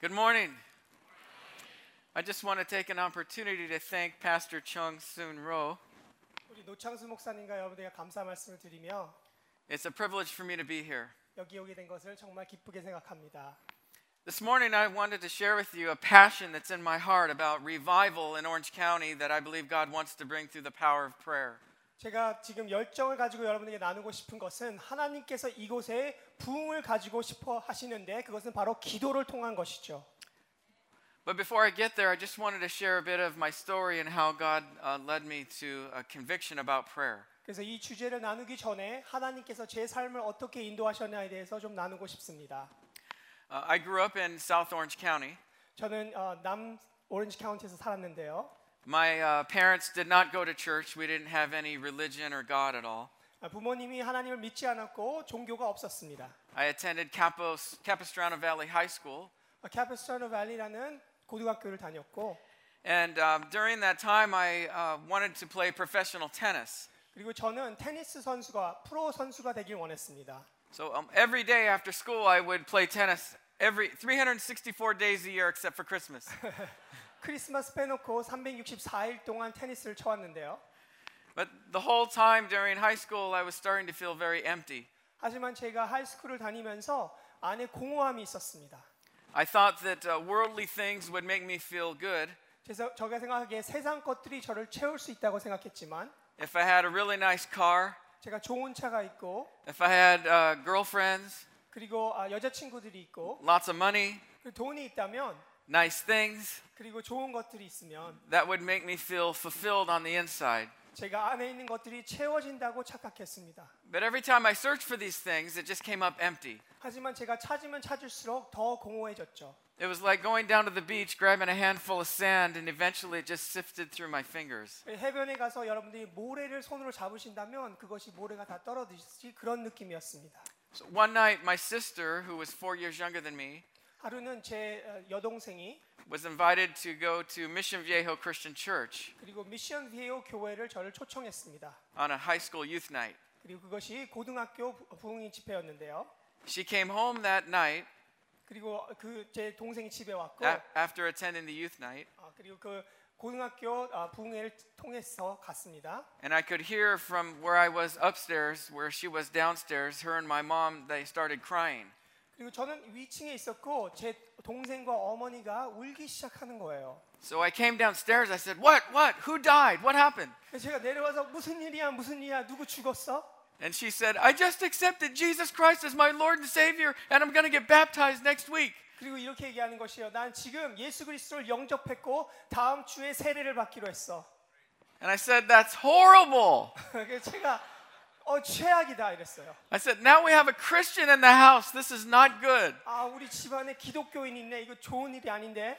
Good morning. I just want to take an opportunity to thank Pastor Chung Soon Ro. 우리 노창수 목사님과 여러분들께 감사 말씀을 드리며 It's a privilege for me to be here. 여기 오게 된 것을 정말 기쁘게 생각합니다. This morning, I wanted to share with you a passion that's in my heart about revival in Orange County that I believe God wants to bring through the power of prayer. 제가 지금 열정을 가지고 여러분에게 나누고 싶은 것은 하나님께서 이곳에 부흥을 가지고 싶어 하시는데 그것은 바로 기도를 통한 것이죠. But before I get there, I just wanted to share a bit of my story and how God uh, led me to a conviction about prayer. 그래서 이 주제를 나누기 전에 하나님께서 제 삶을 어떻게 인도하셨냐에 대해서 좀 나누고 싶습니다. Uh, I grew up in South Orange County. 저는 어, 남 오렌지 카운티에서 살았는데요. My uh, parents did not go to church, we didn't have any religion or God at all. 아, 부모님이 하나님을 믿지 않았고 종교가 없었습니다. I attended Capos, Capistrano Valley High School. 캐피스타노 밸리라는 아, 고등학교를 다녔고 And um, during that time, I uh, wanted to play professional tennis. 그리고 저는 테니스 선수가 프로 선수가 되길 원했습니다. So um, every day after school, I would play tennis every 364 days a year except for Christmas. 크리스마스 빼놓고 364일 동안 테니스를 쳐왔는데요. but the whole time during high school, I was starting to feel very empty. 하지만 제가 하이스쿨을 다니면서 안에 공허함이 있었습니다. I thought that uh, worldly things would make me feel good 그래서 제가 생각하기에 세상 것들이 저를 채울 수 있다고 생각했지만 if I had a really nice car, 제가 좋은 차가 있고 if I had uh, girlfriends, 그리고 아, 여자친구들이 있고 lots of money, 그리고 돈이 있다면 nice things. 그리고 좋은 것들이 있으면 That would make me feel fulfilled on the inside. 제가 안에 있는 것들이 채워진다고 착각했습니다. But every time I searched for these things, it just came up empty. 하지만 제가 찾으면 찾을수록 더 공허해졌죠. It was like going down to the beach, grabbing a handful of sand, and eventually it just sifted through my fingers. 예, 해변에 가서 여러분들이 모래를 손으로 잡으신다면 그것이 모래가 다 떨어지듯이 그런 느낌이었습니다. So one night, my sister, who was four years younger than me, 하루는 제 어, 여동생이 was invited to go to Mission Viejo Christian Church 그리고 미션 비에오 교회를 저를 초청했습니다. on a high school youth night. 그리고 그것이 고등학교 부- 부흥인 집회였는데요. She came home that night 그리고 그 제 동생이 집에 왔고 a- after attending the youth night, 아, 그리고 그 고등학교 아, 부흥회를 통해서 갔습니다. and I could hear from where I was upstairs, where she was downstairs, her and my mom, they started crying. 그리고 저는 위층에 있었고 제 동생과 어머니가 울기 시작하는 거예요. So I came downstairs. I said, What? What? Who died? What happened? 그래서 제가 내려와서 무슨 일이야 무슨 일이야 누구 죽었어? And she said, I just accepted Jesus Christ as my Lord and Savior, and I'm going to get baptized next week. 그리고 이렇게 얘기하는 것이요. 난 지금 예수 그리스도를 영접했고 다음 주에 세례를 받기로 했어. And I said, That's horrible. 그래서 제가 어 최악이다 이랬어요. I said, Now we have a Christian in the house. This is not good. 아 우리 집안에 기독교인 있네. 이거 좋은 일이 아닌데.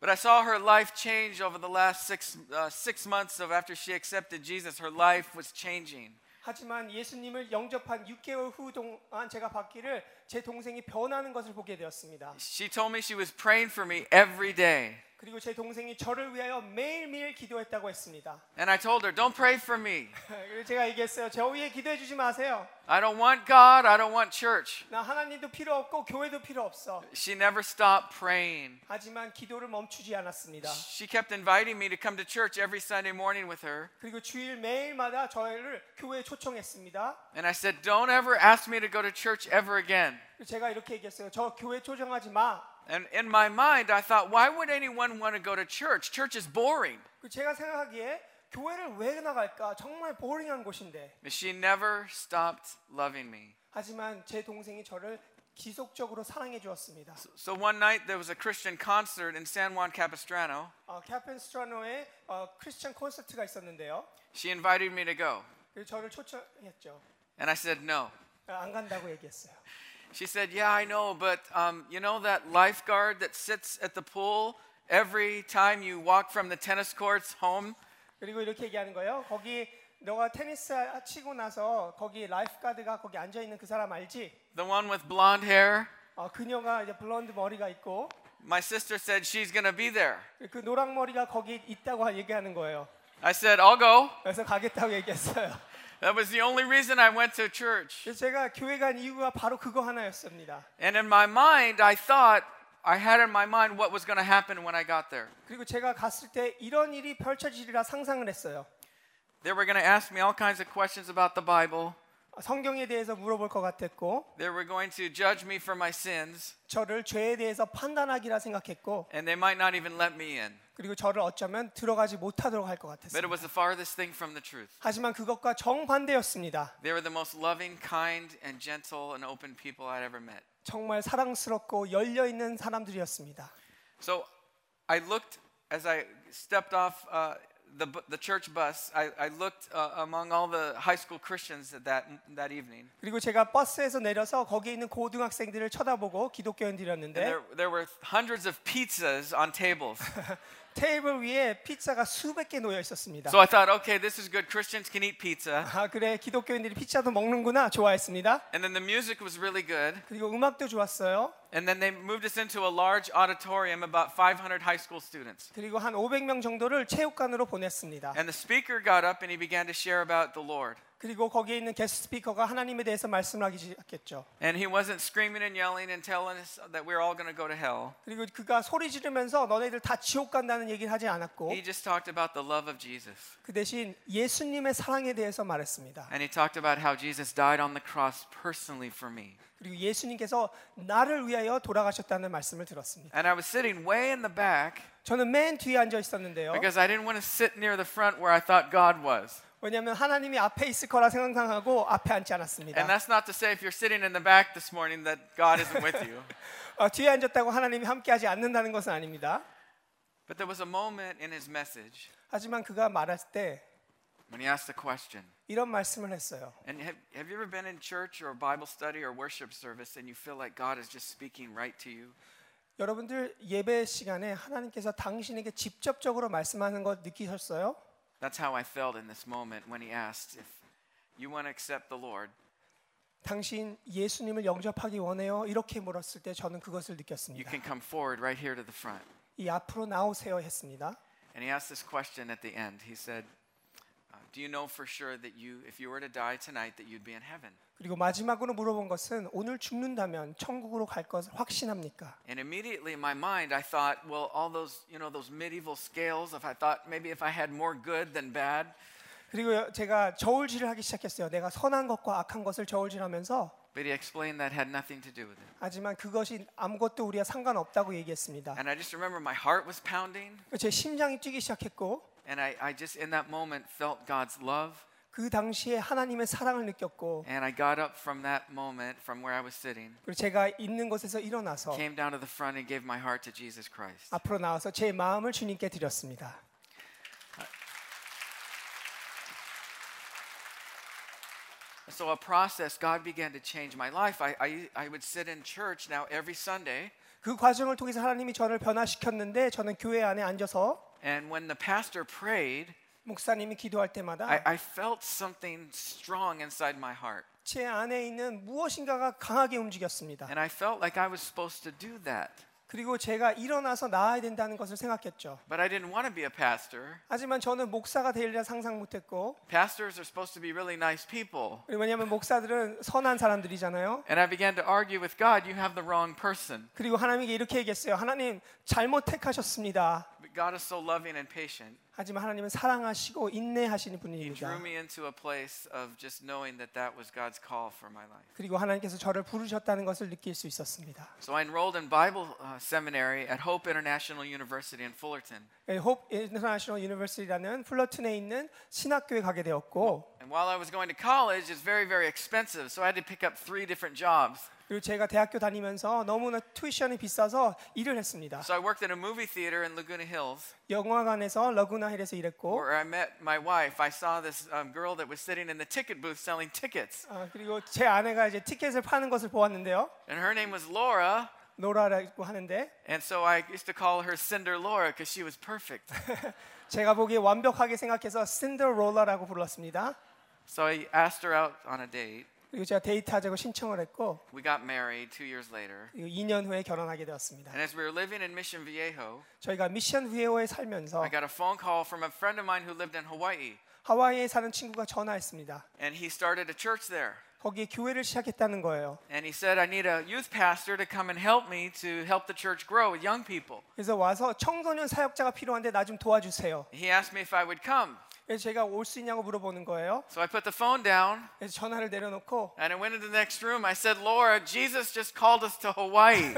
But I saw her life change over the last six, uh, six months of after she accepted Jesus. Her life was changing. 하지만 예수님을 영접한 6개월 후 동안 제가 받기를 제 동생이 변하는 것을 보게 되었습니다. She told me she was praying for me every day. 그리고 제 동생이 저를 위하여 매일매일 기도했다고 했습니다. And I told her, Don't pray for me. 그리고 제가 얘기했어요. 저 위에 기도해 주지 마세요. I don't want God. I don't want church. 나 하나님도 필요 없고 교회도 필요 없어. She never stopped praying. 하지만 기도를 멈추지 않았습니다. She kept inviting me to come to church every Sunday morning with her. 그리고 주일 매일마다 저희를 교회에 초청했습니다. And I said, Don't ever ask me to go to church ever again. 그리고 제가 이렇게 얘기했어요. 저 교회 초청하지 마. And in my mind, I thought, Why would anyone want to go to church? Church is boring. 그 제가 생각하기에 교회를 왜 나갈까? 정말 보링한 곳인데. But she never stopped loving me. 하지만 제 동생이 저를 지속적으로 사랑해 주었습니다. So one night, there was a Christian concert in San Juan Capistrano. 어, 캐펜스트라노의 어, 크리스천 콘서트가 있었는데요. She invited me to go. 그래서 저를 초청했죠. And I said, No. 아, 안 간다고 얘기했어요. She said, Yeah, I know, but um, you know that lifeguard that sits at the pool every time you walk from the tennis courts home? 그리고 이렇게 얘기하는 거예요. 거기 너가 테니스 치고 나서 거기 라이프가드가 거기 앉아 있는 그 사람 알지? The one with blonde hair? 어, 그녀가 이제 블론드 머리가 있고 My sister said she's going to be there. 그 노랑 머리가 거기 있다고 하- 얘기하는 거예요. I said, I'll go. 그래서 가겠다고 얘기했어요. That was the only reason I went to church. 그래서 제가 교회 간 이유가 바로 그거 하나였습니다. And in my mind, I thought, I had in my mind what was going to happen when I got there. 그리고 제가 갔을 때 이런 일이 펼쳐지리라 상상을 했어요. They were going to ask me all kinds of questions about the Bible. 성경에 대해서 물어볼 것 같았고 They were going to judge me for my sins, 저를 죄에 대해서 판단하기라 생각했고 and they might not even let me in. 그리고 저를 어쩌면 들어가지 못하도록 할 것 But it 같았어요. was the farthest thing from the truth. 하지만 그것과 정반대였습니다. They were the most loving, kind, and gentle and open people I'd ever met. 정말 사랑스럽고 열려 있는 사람들이었습니다. So I looked as I stepped off uh, the, bu- the church bus, I, I looked uh, among all the high school Christians that, that, that evening. 그리고 제가 버스에서 내려서 거기에 있는 고등학생들을 쳐다보고 And 기독교인들이었는데 there, there were hundreds of pizzas on tables. 테이블 위에 피자가 수백 개 놓여 있었습니다. so I thought, okay, this is good. Christians can eat pizza. 아 그래 기독교인들이 피자도 먹는구나 좋아했습니다. And then the music was really good. 그리고 음악도 좋았어요. And then they moved us into a large auditorium, about 500 high school students. 그리고 한 500명 정도를 체육관으로 보냈습니다. And the speaker got up and he began to share about the Lord. 그리고 거기에 있는 게스트 스피커가 하나님에 대해서 말씀을 하기 시작했죠. And he wasn't screaming and yelling and telling us that we were all going to go to hell. 그리고 그가 소리 지르면서 너네들 다 지옥 간다는 얘기를 하지 않았고 He just talked about the love of Jesus. 그 대신 예수님의 사랑에 대해서 말했습니다. And he talked about how Jesus died on the cross personally for me. 그리고 예수님께서 나를 위하여 돌아가셨다는 말씀을 들었습니다. And I was sitting way in the back 저는 맨 뒤에 앉아 있었는데요. because I didn't want to sit near the front where I thought God was. 왜냐하면 하나님이 앞에 있을 거라 생각하고 앞에 앉지 And 않았습니다. that's not to say if you're sitting in the back this morning that God isn't with you. 어, 뒤에 앉았다고 하나님이 함께하지 않는다는 것은 아닙니다. But there was a moment in his message 하지만 그가 말할 때 when he asked a question. 이런 말씀을 했어요. And have, have you ever been in church or Bible study or worship service and you feel like God is just speaking right to you? 여러분들 예배 시간에 하나님께서 당신에게 직접적으로 말씀하는 것 느끼셨어요? That's how I felt in this moment when he asked if you want to accept the Lord, 당신 예수님을 영접하기 원해요. 이렇게 물었을 때 저는 그것을 you 느꼈습니다. can come forward right here to the front. 이 앞으로 나오세요 했습니다. And he asked this question at the end. He said, uh, "Do you know for sure that you, if you were to die tonight, that you'd be in heaven?" 그리고 마지막으로 물어본 것은 오늘 죽는다면 천국으로 갈 것을 확신합니까? And immediately in my mind, I thought, "Well, all those, you know, those medieval scales. If I thought maybe if I had more good than bad, 그리고 여- 제가 저울질을 하기 시작했어요. 내가 선한 것과 악한 것을 저울질하면서 but he explained that had nothing to do with it. 하지만 그것이 아무것도 우리와 상관없다고 얘기했습니다. And I just remember my heart was pounding, 제 심장이 뛰기 시작했고 and I, I just in that moment felt God's love. 그 당시에 하나님의 사랑을 느꼈고 And I got up from that moment, from where I was sitting, 그리고 제가 있는 곳에서 일어나서 came down to the front, and gave my heart to Jesus Christ. 앞으로 나와서 제 마음을 주님께 드렸습니다. So a process, God began to change my life. I, I, I would sit in church now every Sunday, 그 과정을 통해서 하나님이 저를 변화시켰는데 저는 교회 안에 앉아서 and when the pastor prayed, 목사님이 기도할 때마다 I, I felt something strong inside my heart. 제 안에 있는 무엇인가가 강하게 움직였습니다. And I felt like I was supposed to do that. 그리고 제가 일어나서 나아야 된다는 것을 생각했죠. But I didn't want to be a pastor. 하지만 저는 목사가 되리라 상상 못했고 Pastors are supposed to be really nice people. 그리고 왜냐하면 목사들은 선한 사람들이잖아요. And I began to argue with God, you have the wrong person. 그리고 하나님에게 이렇게 얘기했어요. 하나님 잘못 택하셨습니다. But God is so loving and patient. 하지만 하나님은 사랑하시고 인내하시는 He drew 분입니다. me into a place of just knowing that that was God's call for my life. 그리고 하나님께서 저를 부르셨다는 것을 느낄 수 있었습니다. So I enrolled in Bible uh, seminary at Hope International University in Fullerton. 호프 인터내셔널 유니버시티라는 플러튼에 있는 신학교에 가게 되었고 And while I was going to college, it's very, very expensive, so I had to pick up three different jobs. 그리고 제가 대학교 다니면서 너무나 투이션이 비싸서 일을 했습니다. So I worked at a movie theater in Laguna Hills, 영화관에서 러그나힐에서 일했고 where I met my wife. I saw this um, girl that was sitting in the ticket booth selling tickets, 아, 그리고 제 아내가 이제 티켓을 파는 것을 보았는데요. and her name was Laura. 노라라고 하는데 And so I used to call her Cinder Laura because she was perfect. 제가 보기에 완벽하게 생각해서 신더롤러라고 불렀습니다. so I asked her out on a date. 그리고 제가 데이트하자고 신청을 했고 We got married two years later. 그리고 2년 후에 결혼하게 되었습니다. And as we were living in Mission Viejo, 저희가 미션 후에오에 살면서 I got a phone call from a friend of mine who lived in Hawaii, 하와이에 사는 친구가 전화했습니다. and he started a church there. 거기에 교회를 시작했다는 거예요. And he said, I need a youth pastor to come and help me to help the church grow with young people. 그래서 와서 청소년 사역자가 필요한데 나 좀 도와주세요. He asked me if I would come. 그래서 제가 올 수 있냐고 물어보는 거예요. So I put the phone down 그래서 전화를 내려놓고 and I went into the next room. I said, Laura, Jesus just called us to Hawaii.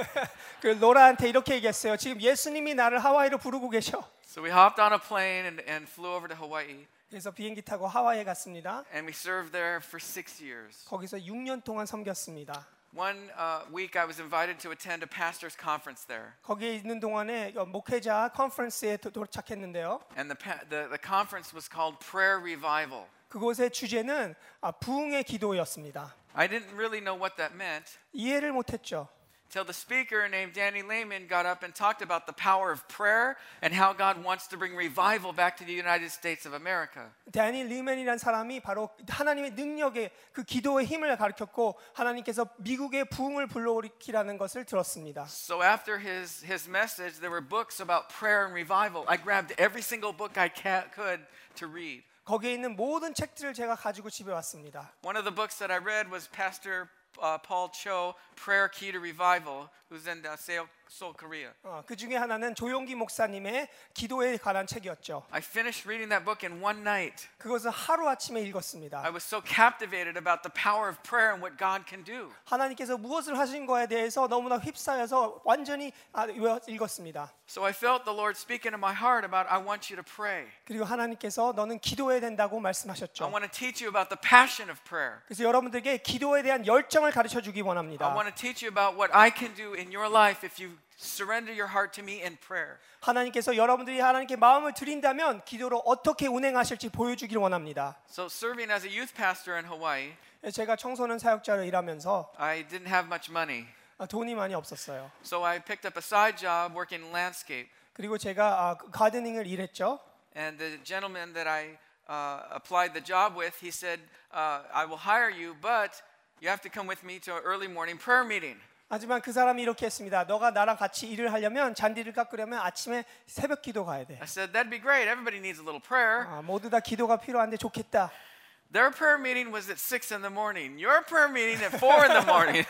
그 로라한테 이렇게 얘기했어요. 지금 예수님이 나를 하와이로 부르고 계셔. so we hopped on a plane and, and flew over to Hawaii. 그래서 비행기 타고 하와이에 갔습니다. And we served there for six years. 거기서 6년 동안 섬겼습니다. One uh, week, I was invited to attend a pastor's conference there. 거기에 있는 동안에 어, 목회자 컨퍼런스에 도- 도착했는데요. And the, pa- the, the conference was called Prayer Revival. 그곳의 주제는 아, 부흥의 기도였습니다. I didn't really know what that meant 이해를 못했죠. till the speaker named Danny Lehman got up and talked about the power of prayer and how God wants to bring revival back to the United States of America. 다니 리맨이라는 사람이 바로 하나님의 능력의 그 기도의 힘을 가르쳤고 하나님께서 미국의 부흥을 불러오리키라는 것을 들었습니다. So after his, his message, there were books about prayer and revival. I grabbed every single book I ca- could to read. 거기에 있는 모든 책들을 제가 가지고 집에 왔습니다. One of the books that I read was Pastor uh, Paul Cho, Prayer Key to Revival, who's in uh, Seoul, Seoul, Korea. 어, 그 중에 하나는 조용기 목사님의 기도에 관한 책이었죠. I finished reading that book in one night. 그것을 하루 아침에 I 읽었습니다. was so captivated about the power of prayer and what God can do. 하나님께서 무엇을 하신 거에 대해서 너무나 휩싸여서 완전히 아, 외워- 읽었습니다. So I felt the Lord speaking to my heart about, I want you to pray. 그리고 하나님께서 너는 기도해야 된다고 I 말씀하셨죠. want to teach you about the passion of prayer. 그래서 여러분들에게 기도에 대한 열정을 가르쳐 주기 I 아, 원합니다. want to teach you about what I can do in your life if you surrender your heart to me in prayer. 하나님께서 여러분들이 하나님께 마음을 드린다면 기도로 어떻게 운행하실지 보여주길 원합니다. So, serving as a youth pastor in Hawaii, 제가 청소년 사역자로 일하면서 I didn't have much money. 아, 돈이 많이 없었어요. So, I picked up a side job working landscape. 그리고 제가 아, 그 가드닝을 일했죠. And the gentleman that I uh, applied the job with, he said, uh, I will hire you, but you have to come with me to an early morning prayer meeting. 하지만 그 사람이 이렇게 했습니다. 너가 나랑 같이 일을 하려면 잔디를 깎으려면 아침에 새벽 기도 가야 돼. I said, That'd be great. Everybody needs a little prayer. 아, 모두 다 기도가 필요한데 좋겠다. Their prayer meeting was at 6 in the morning. Your prayer meeting at 4 in the morning.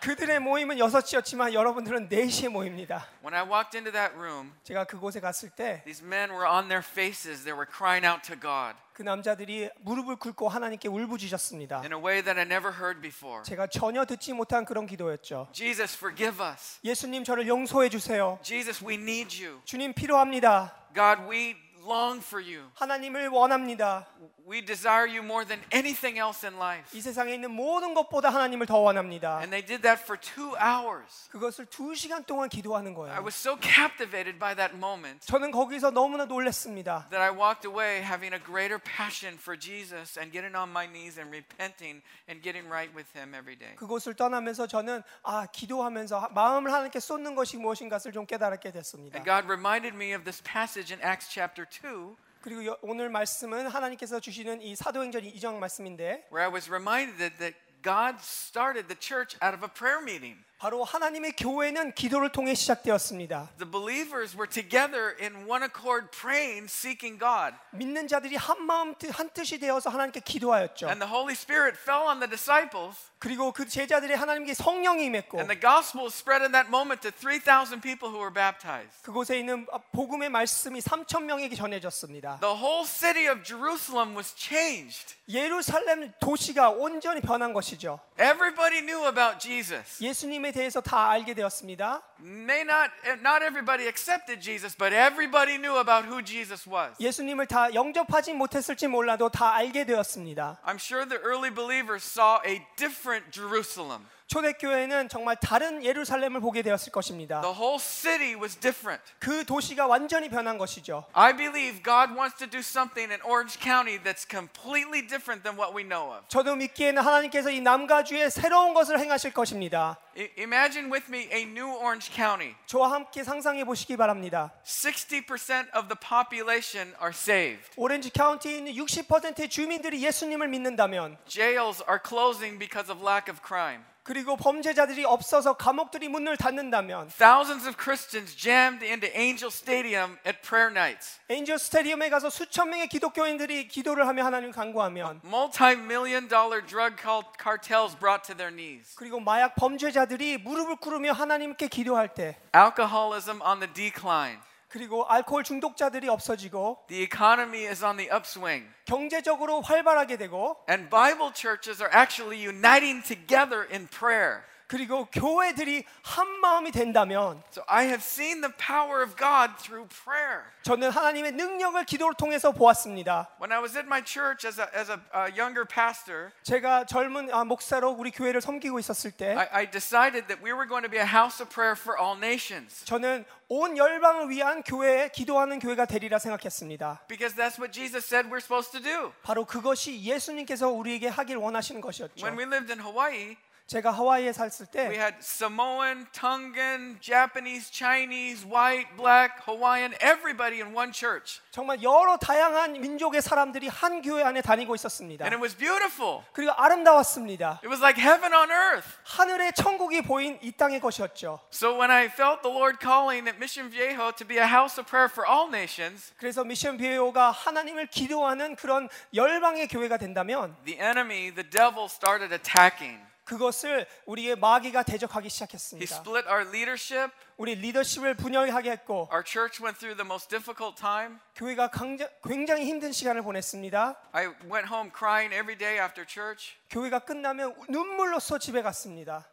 그들의 모임은 6시였지만 여러분들은 4시에 모입니다. when I walked into that room, 제가 그곳에 갔을 때 그 these men were on their faces. They were crying out to God 그 남자들이 무릎을 꿇고 하나님께 울부짖었습니다. in a way that I never heard before. 제가 전혀 듣지 못한 그런 기도였죠. Jesus, forgive us. 예수님 저를 용서해 주세요. Jesus, we need you. 주님 필요합니다. God, we long for you. 하나님을 원합니다. We desire you more than anything else in life. 이 세상에 있는 모든 것보다 하나님을 더 원합니다. And they did that for two hours. 그것을 두 시간 동안 기도하는 I 거예요. was so captivated by that moment 저는 거기서 너무나 놀랐습니다. that I walked away having a greater passion for Jesus and getting on my knees and repenting and getting right with Him every day. 그곳을 떠나면서 저는 아 기도하면서 하- 마음을 하나님께 쏟는 것이 무엇인가를 좀 깨달게 됐습니다. And God reminded me of this passage in Acts chapter 2, 그리고 여- 오늘 말씀은 하나님께서 주시는 이 사도행전 2장 말씀인데 where I was reminded that, that God started the church out of a prayer meeting. 바로 하나님의 교회는 기도를 통해 시작되었습니다. The believers were together in one accord, praying, seeking God. 믿는 자들이 한 마음 뜻- 한 뜻이 되어서 하나님께 기도하였죠. And the Holy Spirit fell on the disciples, 그리고 그 제자들이 하나님께 성령이 임했고 and the gospel spread in that moment to 3,000 people who were baptized. 그곳에 있는 아, 복음의 말씀이 3천 명에게 전해졌습니다. The whole city of Jerusalem was changed. 예루살렘 도시가 온전히 변한 것이죠. Everybody knew about Jesus. 예수님에 대해서 다 알게 되었습니다. May not eh, not everybody accepted Jesus, but everybody knew about who Jesus was. 예수님을 다 영접하지 못했을지 몰라도 다 알게 되었습니다. I'm sure the early believers saw a different Jerusalem. 초대교회는 정말 다른 예루살렘을 보게 되었을 것입니다. The whole city was different. 그 도시가 완전히 변한 것이죠. I believe God wants to do something in Orange County that's completely different than what we know of. 저도 믿기에는 하나님께서 이 남가주에 새로운 것을 행하실 것입니다. I- imagine with me a new Orange County. 저와 함께 상상해 보시기 바랍니다. 60% of the population are saved. 오렌지 카운티에 있는 60%의 주민들이 예수님을 믿는다면 Jails are closing because of lack of crime. 그리고 범죄자들이 없어서 감옥들이 문을 닫는다면 Thousands of Christians jammed into Angel Stadium at prayer nights. 엔지오 스테디움에 가서 수천 명의 기독교인들이 기도를 하며 하나님을 간구하면 Multi million dollar drug cal- cartels brought to their knees. 그리고 마약 범죄자들이 무릎을 꿇으며 하나님께 기도할 때 Alcoholism on the decline. 그리고 알코올 중독자들이 없어지고 The economy is on the upswing. 경제적으로 활발하게 되고 And Bible churches are actually uniting together in prayer. 그리고 교회들이 한 마음이 된다면 So I have seen the power of God through prayer. 저는 하나님의 능력을 기도를 통해서 보았습니다. When I was at my church as a, as a, a younger pastor, 제가 젊은 아, 목사로 우리 교회를 섬기고 있었을 때 I, I decided that we were going to be a house of prayer for all nations 저는 온 열방을 위한 교회에 기도하는 교회가 되리라 생각했습니다. because that's what Jesus said we're supposed to do. 바로 그것이 예수님께서 우리에게 하길 원하시는 것이었죠. When we lived in Hawaii, 제가 하와이에 살았을 we 때 had Samoan, Tongan, Japanese, Chinese, white, black, Hawaiian, everybody in one church. 정말 여러 다양한 민족의 사람들이 한 교회 안에 다니고 있었습니다. And it was beautiful. 그리고 아름다웠습니다. It was like heaven on earth. 하늘의 천국이 보인 이 땅의 것이었죠. So when I felt the Lord calling at Mission Viejo to be a house of prayer for all nations, 그래서 미션 비에오가 하나님을 기도하는 그런 열방의 교회가 된다면 the enemy, the devil, started attacking. 그것을 우리의 마귀가 대적하기 He 시작했습니다. split our leadership. 우리 리더십을 분열하게 했고 Our church went through the most difficult time. 교회가 강자- 굉장히 힘든 시간을 보냈습니다. I went home crying every day after church. 교회가 끝나면 눈물로써 집에 갔습니다.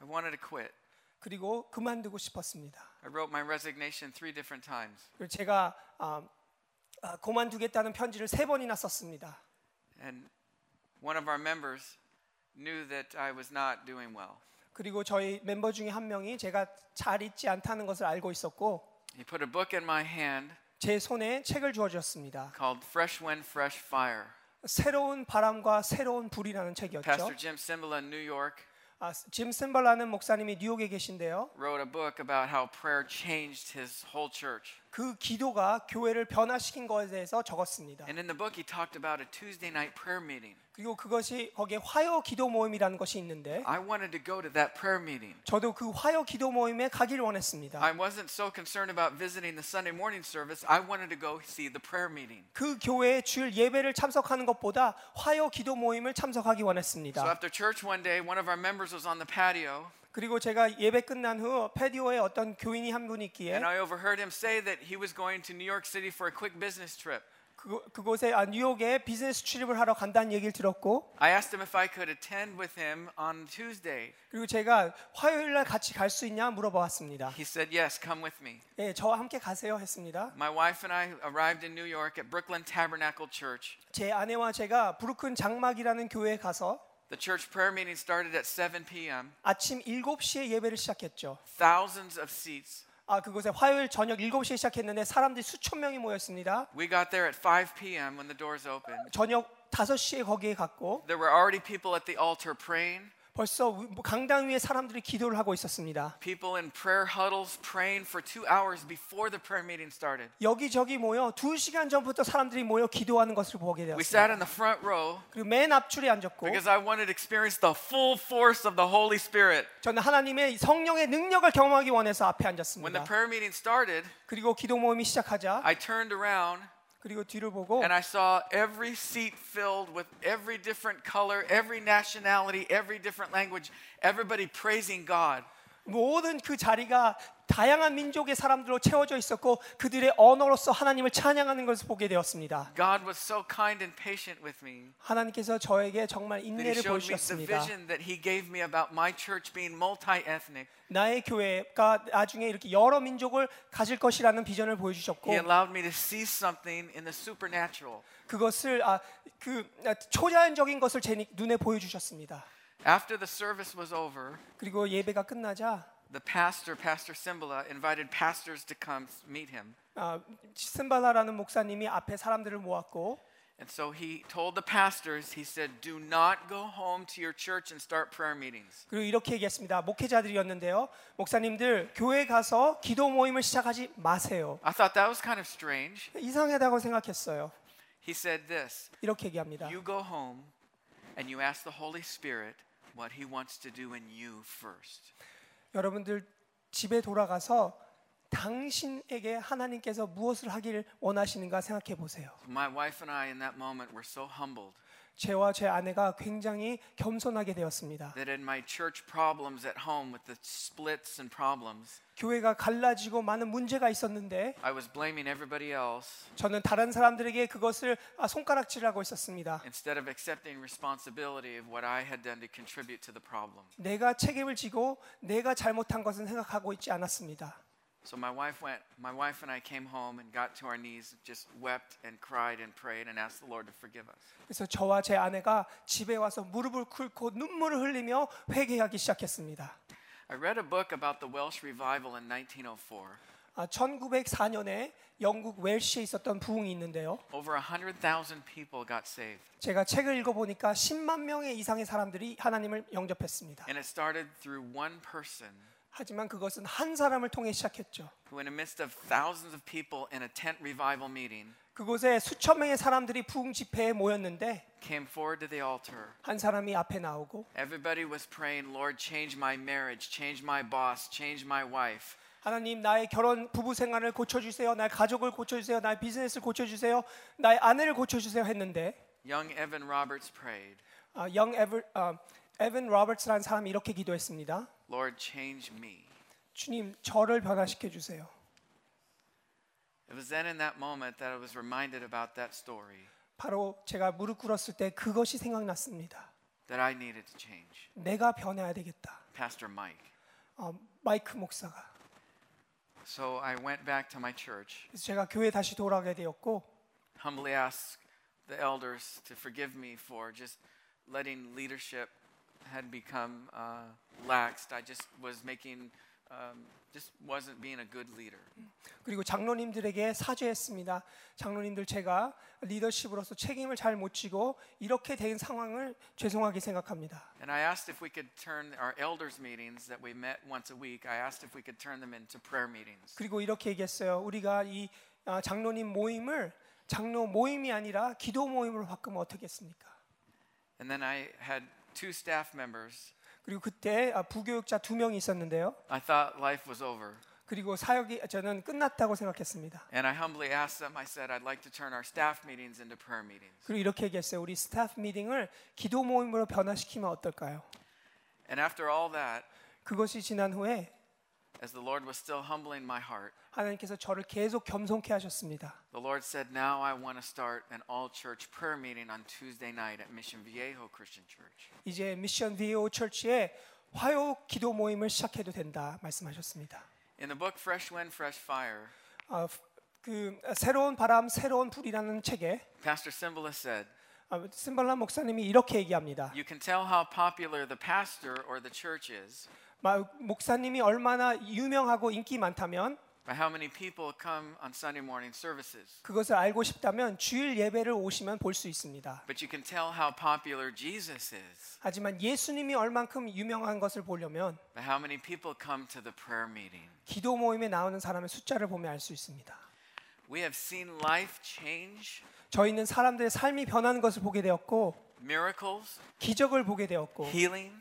I wanted to quit. 그리고 그만두고 싶었습니다. I wrote my resignation three different times. 그리고 제가 아, 아, 그만두겠다는 편지를 세 번이나 썼습니다. And one of our members knew that I was not doing well. 그리고 저희 멤버 중에 한 명이 제가 잘 있지 않다는 것을 알고 있었고 He put a book in my hand 제 손에 책을 주어주었습니다. called Fresh Wind, Fresh Fire. 새로운 바람과 새로운 불이라는 Pastor 책이었죠. Jim Simbola in New York 아, 짐 샘벌라는 목사님이 뉴욕에 계신데요. wrote a book about how prayer changed his whole church. 그 기도가 교회를 변화시킨 것에 대해서 적었습니다. And in the book, he talked about a Tuesday night prayer meeting. 그리고 그것이 거기에 화요 기도 모임이라는 것이 있는데 I wanted to go to that prayer meeting. 저도 그 화요 기도 모임에 가길 원했습니다. I wasn't so concerned about visiting the Sunday morning service. I wanted to go see the prayer meeting. 그 교회의 주일 예배를 참석하는 것보다 화요 기도 모임을 참석하기 So 원했습니다. after church one day, one of our members was on the patio, 그리고 제가 예배 끝난 후 페디오에 어떤 교인이 한 분 있기에 and I overheard him say that he was going to New York City for a quick business trip. 그, 그곳에 아, 뉴욕에 비즈니스 출입을 하러 간다는 얘기를 들었고 I asked him if I could attend with him on Tuesday. 그리고 제가 화요일 날 같이 갈 수 있냐 물어보았습니다. He said, Yes, come with me. 예, 저와 함께 가세요 했습니다. My wife and I arrived in New York at Brooklyn Tabernacle Church. 제 아내와 제가 브루큰 장막이라는 교회에 가서 The church prayer meeting started at 7 p.m., 아침 7시에 예배를 시작했죠. thousands of seats. 아, 그곳에 화요일 저녁 7시에 시작했는데 사람들이 수천 명이 모였습니다. We got there at 5 p.m. when the doors opened. 저녁 5시에 거기에 갔고 There were already people at the altar praying, 벌써 위- 뭐 강당 위에 사람들이 기도를 하고 있었습니다. people in prayer huddles praying for two hours before the prayer meeting started. 여기저기 모여 2시간 전부터 사람들이 모여 기도하는 것을 보게 We sat 되었습니다. in the front row 그리고 맨 앞줄에 앉았고 because I wanted to experience the full force of the Holy Spirit. 저는 하나님의 성령의 능력을 경험하기 원해서 앞에 When the 앉았습니다. prayer meeting started, 그리고 기도 모임이 시작하자 I turned around 그리고 뒤를 보고 and I saw every seat filled with every different color, every nationality, every different language, everybody praising God. 모든 그 자리가 다양한 민족의 사람들로 채워져 있었고 그들의 언어로서 하나님을 찬양하는 것을 보게 되었습니다. God was so kind and patient with me 하나님께서 저에게 정말 that He 인내를 showed me the 보여주셨습니다. vision that He gave me about my church being multi ethnic. 나의 교회가 나중에 이렇게 여러 민족을 가질 것이라는 비전을 보여주셨고 He allowed me to see something in the supernatural. 그것을 아, 그 아, 초자연적인 것을 제 니- 눈에 보여주셨습니다. After the service was over, 그리고 예배가 끝나자 the pastor, Pastor Simbola, invited pastors to come s- meet him. 아, 시스발라라는 목사님이 앞에 사람들을 모았고 And so he told the pastors, he said, Do not go home to your church and start prayer meetings. 그리고 이렇게 얘기했습니다. 목회자들이었는데요. 목사님들 교회 가서 기도 모임을 시작하지 마세요. I thought that was kind of strange. 이상하다고 생각했어요. He said this 이렇게 얘기합니다. You go home and you ask the Holy Spirit what He wants to do in you first. 여러분들 집에 돌아가서 당신에게 하나님께서 무엇을 하기를 원하시는가 생각해 보세요. My wife and I, in that moment, were so humbled 제와 제 아내가 굉장히 겸손하게 되었습니다. that in my church problems at home with the splits and problems, 교회가 갈라지고 많은 문제가 있었는데 I was blaming everybody else 저는 다른 사람들에게 그것을 아, 손가락질하고 있었습니다. instead of accepting responsibility of what I had done to contribute to the problem. 내가 책임을 지고 내가 잘못한 것은 생각하고 있지 않았습니다. So my wife went, my wife and I came home and got to our knees, just wept and cried and prayed and asked the Lord to forgive us. 그래서 저와 제 아내가 집에 와서 무릎을 꿇고 눈물을 흘리며 회개하기 시작했습니다. I read a book about the Welsh revival in 1904. 아, 1904년에 영국 웰시에 있었던 부흥이 있는데요. Over 100,000 people got saved. 제가 책을 읽어보니까 10만 명의 이상의 사람들이 하나님을 영접했습니다. And it started through one person 하지만 그것은 한 사람을 통해 시작했죠. who, in the midst of thousands of people in a tent revival meeting, 그곳에 수천 명의 사람들이 부흥 집회에 모였는데 came forward to the altar. 한 사람이 앞에 나오고 Everybody was praying, Lord, change my marriage, change my boss, change my wife. 하나님 나의 결혼 부부 생활을 고쳐주세요. 나의 가족을 고쳐주세요. 나의 비즈니스를 고쳐주세요. 나의 아내를 고쳐주세요 했는데 Young Evan Roberts prayed, 아, 영 에브, 아, 에븐 로버츠라는 사람이 이렇게 기도했습니다. Lord, change me. 주님 저를 변화시켜 주세요. It was then in that moment that I was reminded about that story 바로 제가 무릎 꿇었을 때 그것이 생각났습니다. that I needed to change. 내가 변해야 되겠다. Pastor Mike. 어, 마이크 목사가. So I went back to my church, 그래서 제가 교회 에 다시 돌아가게 되었고 humbly asked the elders to forgive me for just letting leadership had become uh, laxed. I just was making, um, just wasn't being a good leader. 그리고 장로님들에게 사죄했습니다. 장로님들 제가 리더십으로서 책임을 잘 못 지고 이렇게 된 상황을 죄송하게 생각합니다. And I asked if we could turn our elders' meetings that we met once a week, I asked if we could turn them into prayer meetings. 그리고 이렇게 얘기했어요. 우리가 이 아, 장로님 모임을 장로 모임이 아니라 기도 모임으로 바꾸면 어떻겠습니까? And then I had two staff members. 그리고 그때 아, 부교육자 두 명이 있었는데요. I thought life was over. 그리고 사역이 저는 끝났다고 생각했습니다. And I humbly asked them, I said, I'd like to turn our staff meetings into prayer meetings. 그리고 이렇게 얘기했어요. 우리 스타프 미팅을 기도 모임으로 변화시키면 어떨까요? And after all that, 그것이 지난 후에 as the Lord was still humbling my heart, 하나님께서 저를 계속 겸손케 하셨습니다. the Lord said, Now I want to start an all church prayer meeting on Tuesday night at Mission Viejo Christian Church. 이제 미션 VO 철치에 화요 기도 모임을 시작해도 된다 말씀하셨습니다. In the book Fresh Wind, Fresh Fire, 아, 그 새로운 바람 새로운 불이라는 책에 Pastor Simbola said, 아, 쓴발란 목사님이 이렇게 얘기합니다. You can tell how popular the pastor or the church is 마- 목사님이 얼마나 유명하고 인기 많다면 by how many people come on Sunday morning services. 그것을 알고 싶다면 주일 예배를 오시면 볼 수 있습니다. But you can tell how popular Jesus is 하지만 예수님이 얼만큼 유명한 것을 보려면 by how many people come to the prayer meeting. 기도 모임에 나오는 사람의 숫자를 보면 알 수 있습니다. We have seen life change, 저희는 사람들의 삶이 변하는 것을 보게 되었고 miracles, 기적을 보게 되었고 healing,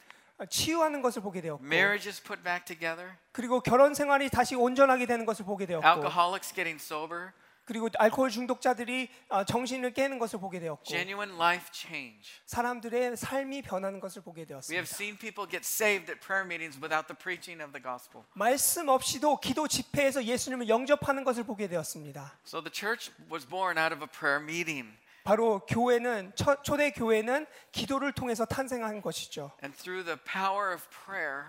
치유하는 것을 보게 되었고 marriages put back together, 그리고 결혼 생활이 다시 온전하게 되는 것을 보게 되었고 alcoholics getting sober, 그리고 알코올 중독자들이 아, 정신을 깨는 것을 보게 되었고 genuine life change. 사람들의 삶이 변하는 것을 보게 We have 되었습니다. seen people get saved at prayer meetings without the preaching of the gospel. 말씀 없이도 기도 집회에서 예수님을 영접하는 것을 보게 되었습니다. So the church was born out of a prayer meeting. 바로 교회는 처- 초대 교회는 기도를 통해서 탄생한 것이죠. And through the power of prayer,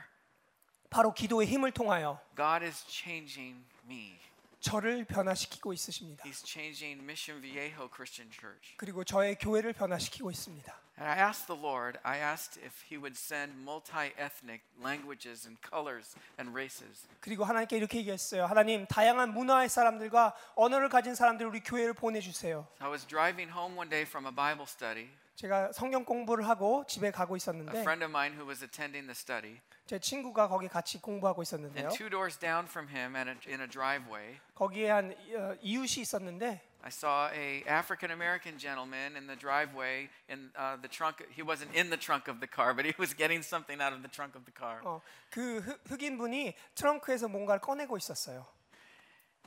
바로 기도의 힘을 통하여 God is changing me. 저를 변화시키고 있으십니다. He's changing Mission Viejo Christian Church. 그리고 저의 교회를 변화시키고 있습니다. And I asked the Lord, I asked if He would send multi ethnic languages and colors and races. 그리고 하나님께 이렇게 얘기했어요. 하나님, 다양한 문화의 사람들과 언어를 가진 사람들 우리 교회를 보내주세요. I was driving home one day from a Bible study. 제가 성경 공부를 하고 집에 A 가고 있었는데 friend of mine who was attending the study, 제 친구가 거기 같이 공부하고 and 있었는데요. two doors down from him and a- in a driveway, 거기에 한 어, 이웃이 있었는데 I I saw a African American gentleman in the driveway in uh, the trunk. He wasn't in the trunk of the car, but he was getting something out of the trunk of the car. 어, 그 흑, 흑인 분이 트렁크에서 뭔가를 꺼내고 있었어요.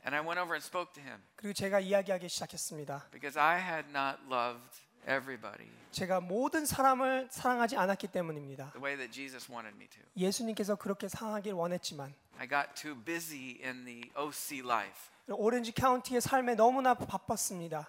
And I went over and spoke to him 그리고 제가 이야기하기 시작했습니다. because I had not loved everybody 제가 모든 사람을 사랑하지 않았기 때문입니다. the way that Jesus wanted me to. 예수님께서 그렇게 사랑하길 원했지만 I got too busy in the OC life. 오렌지 카운티의 삶에 너무나 바빴습니다.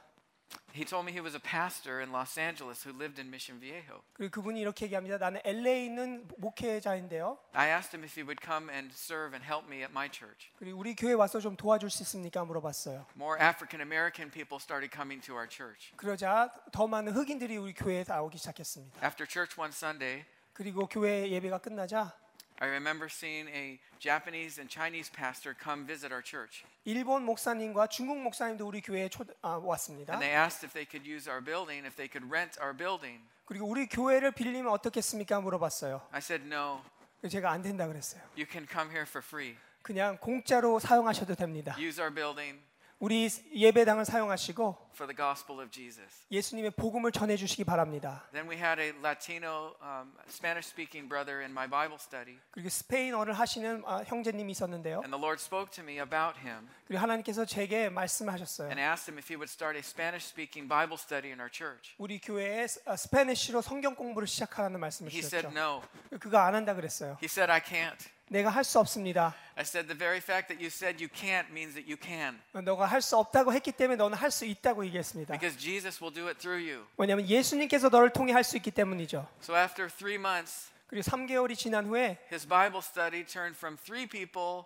He told me he was a pastor in Los Angeles who lived in Mission Viejo. 그리고 그분이 이렇게 얘기합니다. 나는 LA에 있는 목회자인데요. I asked him if he would come and serve and help me at my church. 그리고 우리 교회 와서 좀 도와줄 수 있습니까? 물어봤어요. More African American people started coming to our church. 그러자 더 많은 흑인들이 우리 교회에 나오기 시작했습니다. After church one Sunday, 그리고 교회 예배가 끝나자 I remember seeing a Japanese and Chinese pastor come visit our church. 일본 목사님과 중국 목사님도 우리 교회에 초, 아, 왔습니다. And they asked if they could use our building, if they could rent our building. 그리고 우리 교회를 빌리면 어떻겠습니까? 물어봤어요. I said, no, 그래서 제가 안 된다 그랬어요. you can come here for free. 그냥 공짜로 사용하셔도 됩니다. Use our building 우리 예배당을 사용하시고 for the gospel of Jesus. 예수님의 복음을 전해 주시기 바랍니다. Then we had a Latino, um, Spanish speaking brother in my Bible study, 그리고 스페인어를 하시는 아, 형제님이 있었는데요. and the Lord spoke to me about him 그리고 하나님께서 제게 말씀하셨어요. and asked him if he would start a Spanish speaking Bible study in our church. 우리 교회에 스- 아, 스페니쉬로 성경 공부를 시작하라는 말씀을 He said, 주셨죠. no. 그거 안 한다 그랬어요. He said, I can't. 내가 할 수 없습니다. I said, the very fact that you said you can't means that you can, 너가 할 수 없다고 했기 때문에 너는 할 수 있다고 얘기했습니다. because Jesus will do it through you. 왜냐하면 예수님께서 너를 통해 할 수 있기 때문이죠. So after three months, 그리고 3개월이 지난 후에 his Bible study turned from three people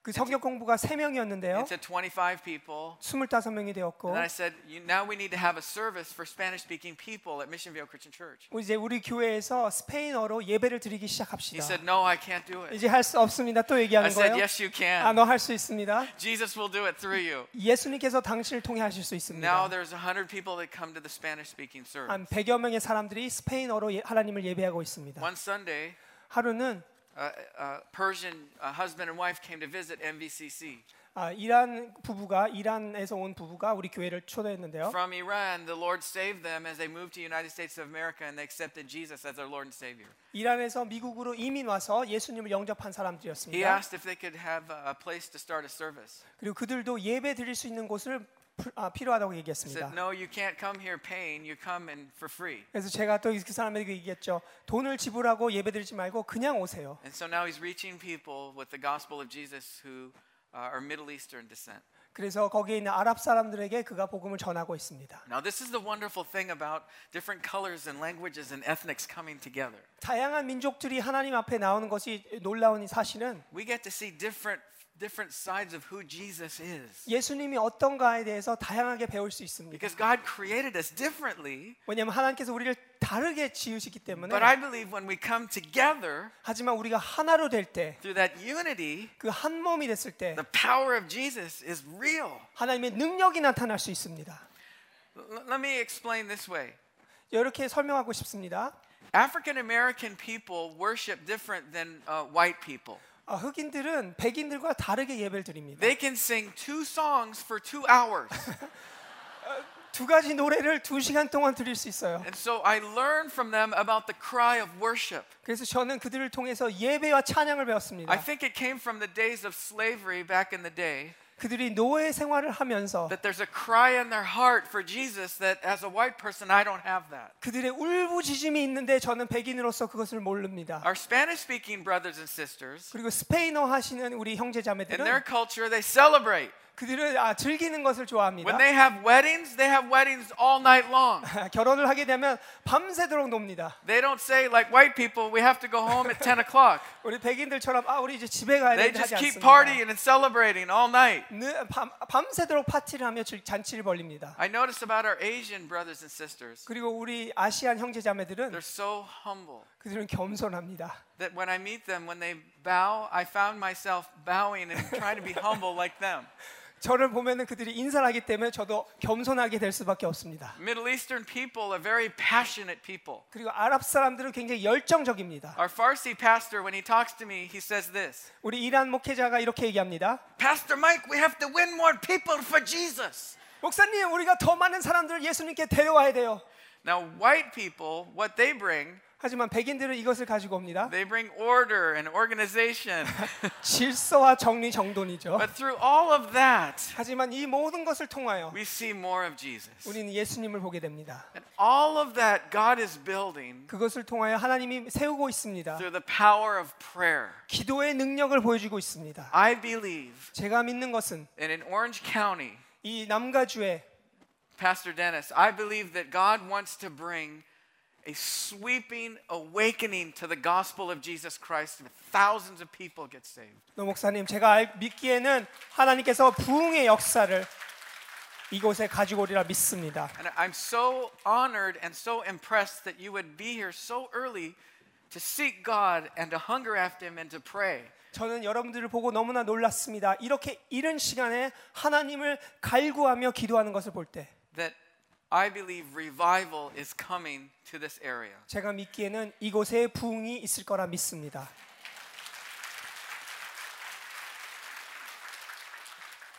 그 성경 공부가 3명이었는데요. into 25 people. 25명이 되었고 And I said, you, now we need to have a service for Spanish speaking people at Mission Viejo Christian Church. 이제 우리 교회에서 스페인어로 예배를 드리기 He 시작합시다. said, no, I can't do it. 이제 할 수 없습니다. 또 I 얘기하는 said, 거예요. yes, you 아, can. 너 할 수 있습니다. Jesus will do it through you. 예수님께서 당신을 통해 하실 수 Now 있습니다. there's 100 people that come to the Spanish speaking service. 한 100여 명의 사람들이 스페인어로 예- 하나님을 예배하고 있습니다. One Sunday, 하루는 a, a Uh, Persian uh husband and wife came to visit MVCC. 아, 이란 부부가 이란에서 온 부부가 우리 교회를 초대했는데요. From Iran, the Lord saved them as they moved to the United States of America and they accepted Jesus as their Lord and Savior. 이란에서 미국으로 이민 와서 예수님을 영접한 He 사람들이었습니다. asked if they could have a a place to start a service. 그리고 그들도 예배 드릴 수 있는 곳을 풀- 아, 필요하다고 I 얘기했습니다. said, No, you can't come here paying. You come in for free. 그래서 제가 또 그 사람에게 얘기했죠. 돈을 지불하고 예배 드리지 말고 그냥 오세요. And so now he's reaching people with the gospel of Jesus who uh, are Middle Eastern descent. 그래서 거기에 있는 아랍 사람들에게 그가 복음을 전하고 있습니다. Now, this is the wonderful thing about different colors and languages and ethnics coming together. 다양한 민족들이 하나님 앞에 나오는 것이 놀라운 사실은 We get to see different, different sides of who Jesus is. 예수님이 어떤가에 대해서 다양하게 배울 수 있습니다. Because God created us differently. 왜냐하면 하나님께서 우리를 다르게 지으시기 때문에 But I believe when we come together 하지만 우리가 하나로 될 때 그 through 한 that unity, 몸이 됐을 때 the power of Jesus is real. 하나님의 능력이 나타날 수 있습니다. L- let me explain this way. 이렇게 설명하고 싶습니다. African American people worship different than uh, white people. 아, 흑인들은 백인들과 다르게 예배를 드립니다. They can sing two songs for two hours. 두 가지 노래를 두 시간 동안 드릴 수 있어요. and so I learned from them about the cry of worship. 그래서 저는 그들을 통해서 예배와 찬양을 I 배웠습니다. think it came from the days of slavery back in the day 그들이 노예 생활을 하면서 that there's a cry in their heart for Jesus that as a white person, I don't have that. 그들의 울부짖음이 있는데 저는 백인으로서 그것을 모릅니다. Our Spanish speaking brothers and sisters, 그리고 스페인어 하시는 우리 in their 형제자매들은 culture, they celebrate. 그들은 아, 즐기는 When 것을 좋아합니다. they have weddings, they have weddings all night long. 결혼을 하게 되면 밤새도록 놉니다. They don't say, like white people, we have to go home at 10 o'clock. 우리 백인들처럼 아 우리 이제 집에 가야 They 되는데 just 하지 keep 않습니다. partying and celebrating all night. 느- 밤, 밤새도록 파티를 하며 즐- 잔치를 벌립니다. I notice about our Asian brothers and sisters, 그리고 우리 아시안 형제자매들은 they're so humble 그들은 겸손합니다. that when I meet them, when they bow, I found myself bowing and trying to be humble like them. 저를 보면은 그들이 인사를 하기 때문에 저도 겸손하게 될 수밖에 없습니다. Middle Eastern people are very passionate people. 그리고 아랍 사람들은 굉장히 열정적입니다. Our Farsi pastor, when he talks to me, he says this 우리 이란 목회자가 이렇게 얘기합니다. Pastor Mike, we have to win more people for Jesus. 목사님, 우리가 더 많은 사람들을 예수님께 데려와야 돼요. Now, white people, what they bring, 하지만 백인들은 이것을 가지고 옵니다. they bring order and organization. 질서와 정리 정돈이죠. but through all of that, 하지만 이 모든 것을 통하여 we see more of Jesus. 우리는 예수님을 보게 됩니다. And all of that God is building 그것을 통하여 하나님이 세우고 있습니다. through the power of prayer. 기도의 능력을 보여주고 있습니다. I believe, 제가 믿는 것은 and in Orange County, 이 남가주에 Pastor Dennis, I believe that God wants to bring a sweeping awakening to the gospel of Jesus Christ and thousands of people get saved. 노 목사님 제가 알, 믿기에는 하나님께서 부흥의 역사를 이곳에 가지고 오리라 믿습니다. And I- I'm so honored and so impressed that you would be here so early to seek God and to hunger after him and to pray. 저는 여러분들을 보고 너무나 놀랐습니다. 이렇게 이른 시간에 하나님을 갈구하며 기도하는 것을 볼 때 That I believe revival is coming to this area. 제가 믿기에는 이곳에 부흥이 있을 거라 믿습니다.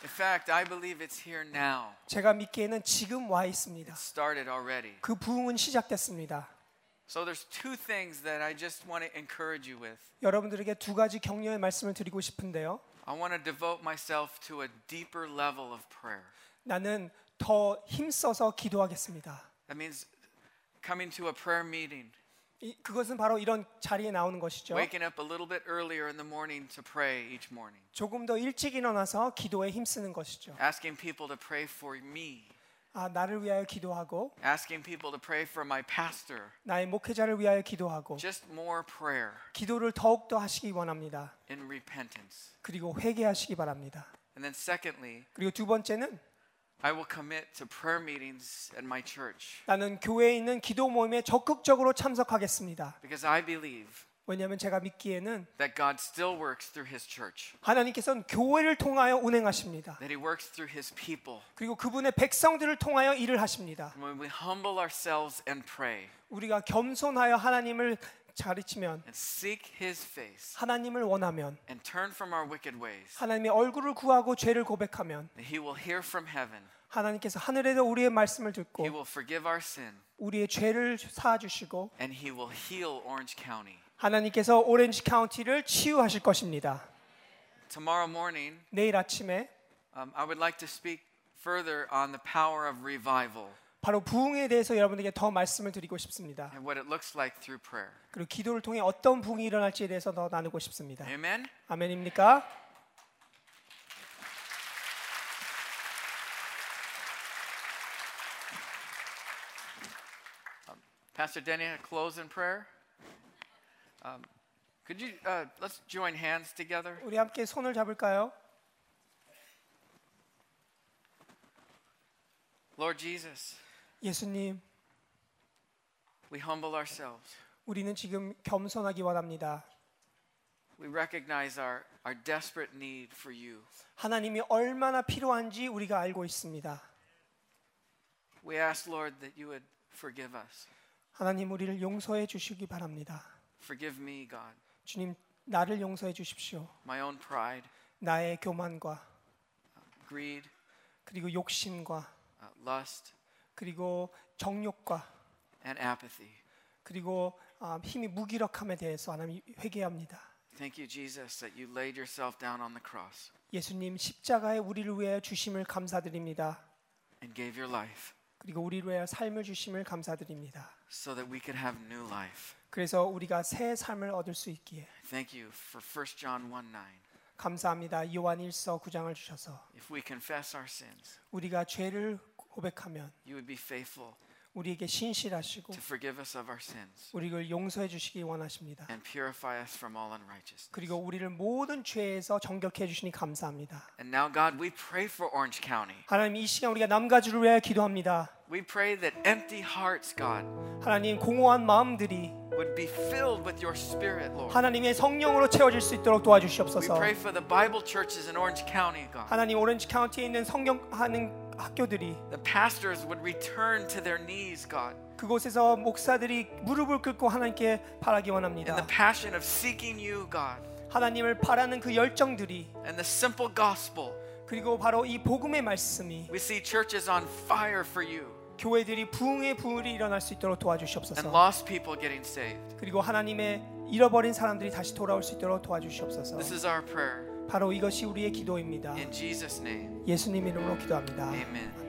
In fact, I believe it's here now. 제가 믿기에는 지금 와 있습니다. It started already. 그 부흥은 시작됐습니다. So there's two things that I just want to encourage you with. 여러분들에게 두 가지 격려의 말씀을 드리고 싶은데요. I want to devote myself to a deeper level of prayer. 나는 더 힘써서 기도하겠습니다. That means coming to a prayer meeting, 이- 그것은 바로 이런 자리에 나오는 것이죠. waking up a little bit earlier in the morning to pray each morning, 조금 더 일찍 일어나서 기도에 힘쓰는 것이죠. asking people to pray for me, 아, 나를 위하여 기도하고 asking people to pray for my pastor. 나의 목회자를 위하여 기도하고 Just more prayer 기도를 더욱 더 하시기 원합니다. in repentance. 그리고 회개하시기 바랍니다. And then, secondly, 그리고 두 번째는 I will commit to prayer meetings at my church 나는 교회에 있는 기도 모임에 적극적으로 참석하겠습니다. because I believe 왜냐하면 제가 믿기에는 that God still works through his church, 하나님께서는 교회를 통하여 운행하십니다. that he works through his people. 그리고 그분의 백성들을 통하여 일을 하십니다. And when we humble ourselves and pray, 우리가 겸손하여 하나님을 자리치면 and seek his face 하나님을 원하면 and turn from our wicked ways, 하나님의 얼굴을 구하고 죄를 고백하면 that he will hear from heaven. 하나님께서 하늘에서 우리의 말씀을 듣고 He will forgive our sin 우리의 죄를 사아 주시고 and he will heal Orange County. 하나님께서 오렌지 카운티를 치유하실 것입니다. Tomorrow morning, 내일 아침에 um, I would like to speak further on the power of revival 바로 부흥에 대해서 여러분에게 더 말씀을 드리고 싶습니다. and what it looks like through prayer. 그리고 기도를 통해 어떤 부흥이 일어날지에 대해서 더 나누고 싶습니다. Amen? 아멘입니까? Pastor Denny, close in prayer. Um, could you, uh, let's join hands together. 우리 함께 손을 잡을까요? Lord Jesus, 예수님, we humble ourselves. 우리는 지금 겸손하기 원합니다. We recognize our, our desperate need for you. 하나님이 얼마나 필요한지 우리가 알고 있습니다. We ask, Lord, that you would forgive us. 하나님 우리를 용서해 주시기 바랍니다. Forgive me, God, 주님, 나를 용서해 주십시오. my own pride, uh, 나의 교만과 greed, 그리고 욕심과 uh, lust, 그리고 정욕과 and apathy. 그리고 아, 힘이 무기력함에 대해서 하나님 회개합니다. Thank you, Jesus, that you laid yourself down on the cross 예수님 십자가에 우리를 위해 주심을 감사드립니다. and gave your life 그리고 우리를 위해 삶을 주심을 감사드립니다. so that we could have new life. 그래서 우리가 새 삶을 얻을 수 있기에 Thank you for 1 John 1 9. 감사합니다. 요한 1서 9장을 주셔서 If we confess our sins, 우리가 죄를 고백하면 you would be faithful 우리에게 신실하시고 to forgive us of our sins 우리를 용서해 주시기 원하십니다. and purify us from all unrighteousness. 그리고 우리를 모든 죄에서 정결케 해 주시니 감사합니다. And now, God, we pray for Orange County. 하나님 이 시간 우리가 남가주를 위하여 기도합니다. We pray that empty hearts, God, 하나님 공허한 마음들이 would be filled with your spirit, Lord. 하나님의 성령으로 채워질 수 있도록 We 도와주시옵소서. pray for the Bible churches in Orange County, God. 하나님 오렌지 카운티에 있는 성경하는 학교들이 The pastors would return to their knees, God, 그곳에서 목사들이 무릎을 꿇고 하나님께 바라기 in the 원합니다. passion of seeking you, God, 하나님을 바라는 그 열정들이 and the simple gospel 그리고 바로 이 복음의 말씀이 We see churches on fire for you 교회들이 부흥의 부흥이 일어날 수 있도록 and 도와주시옵소서. lost people getting saved. 그리고 하나님의 잃어버린 사람들이 다시 돌아올 수 있도록 도와주시옵소서. This is our prayer. 바로 이것이 우리의 기도입니다. In Jesus' name, 예수님 이름으로 기도합니다. amen.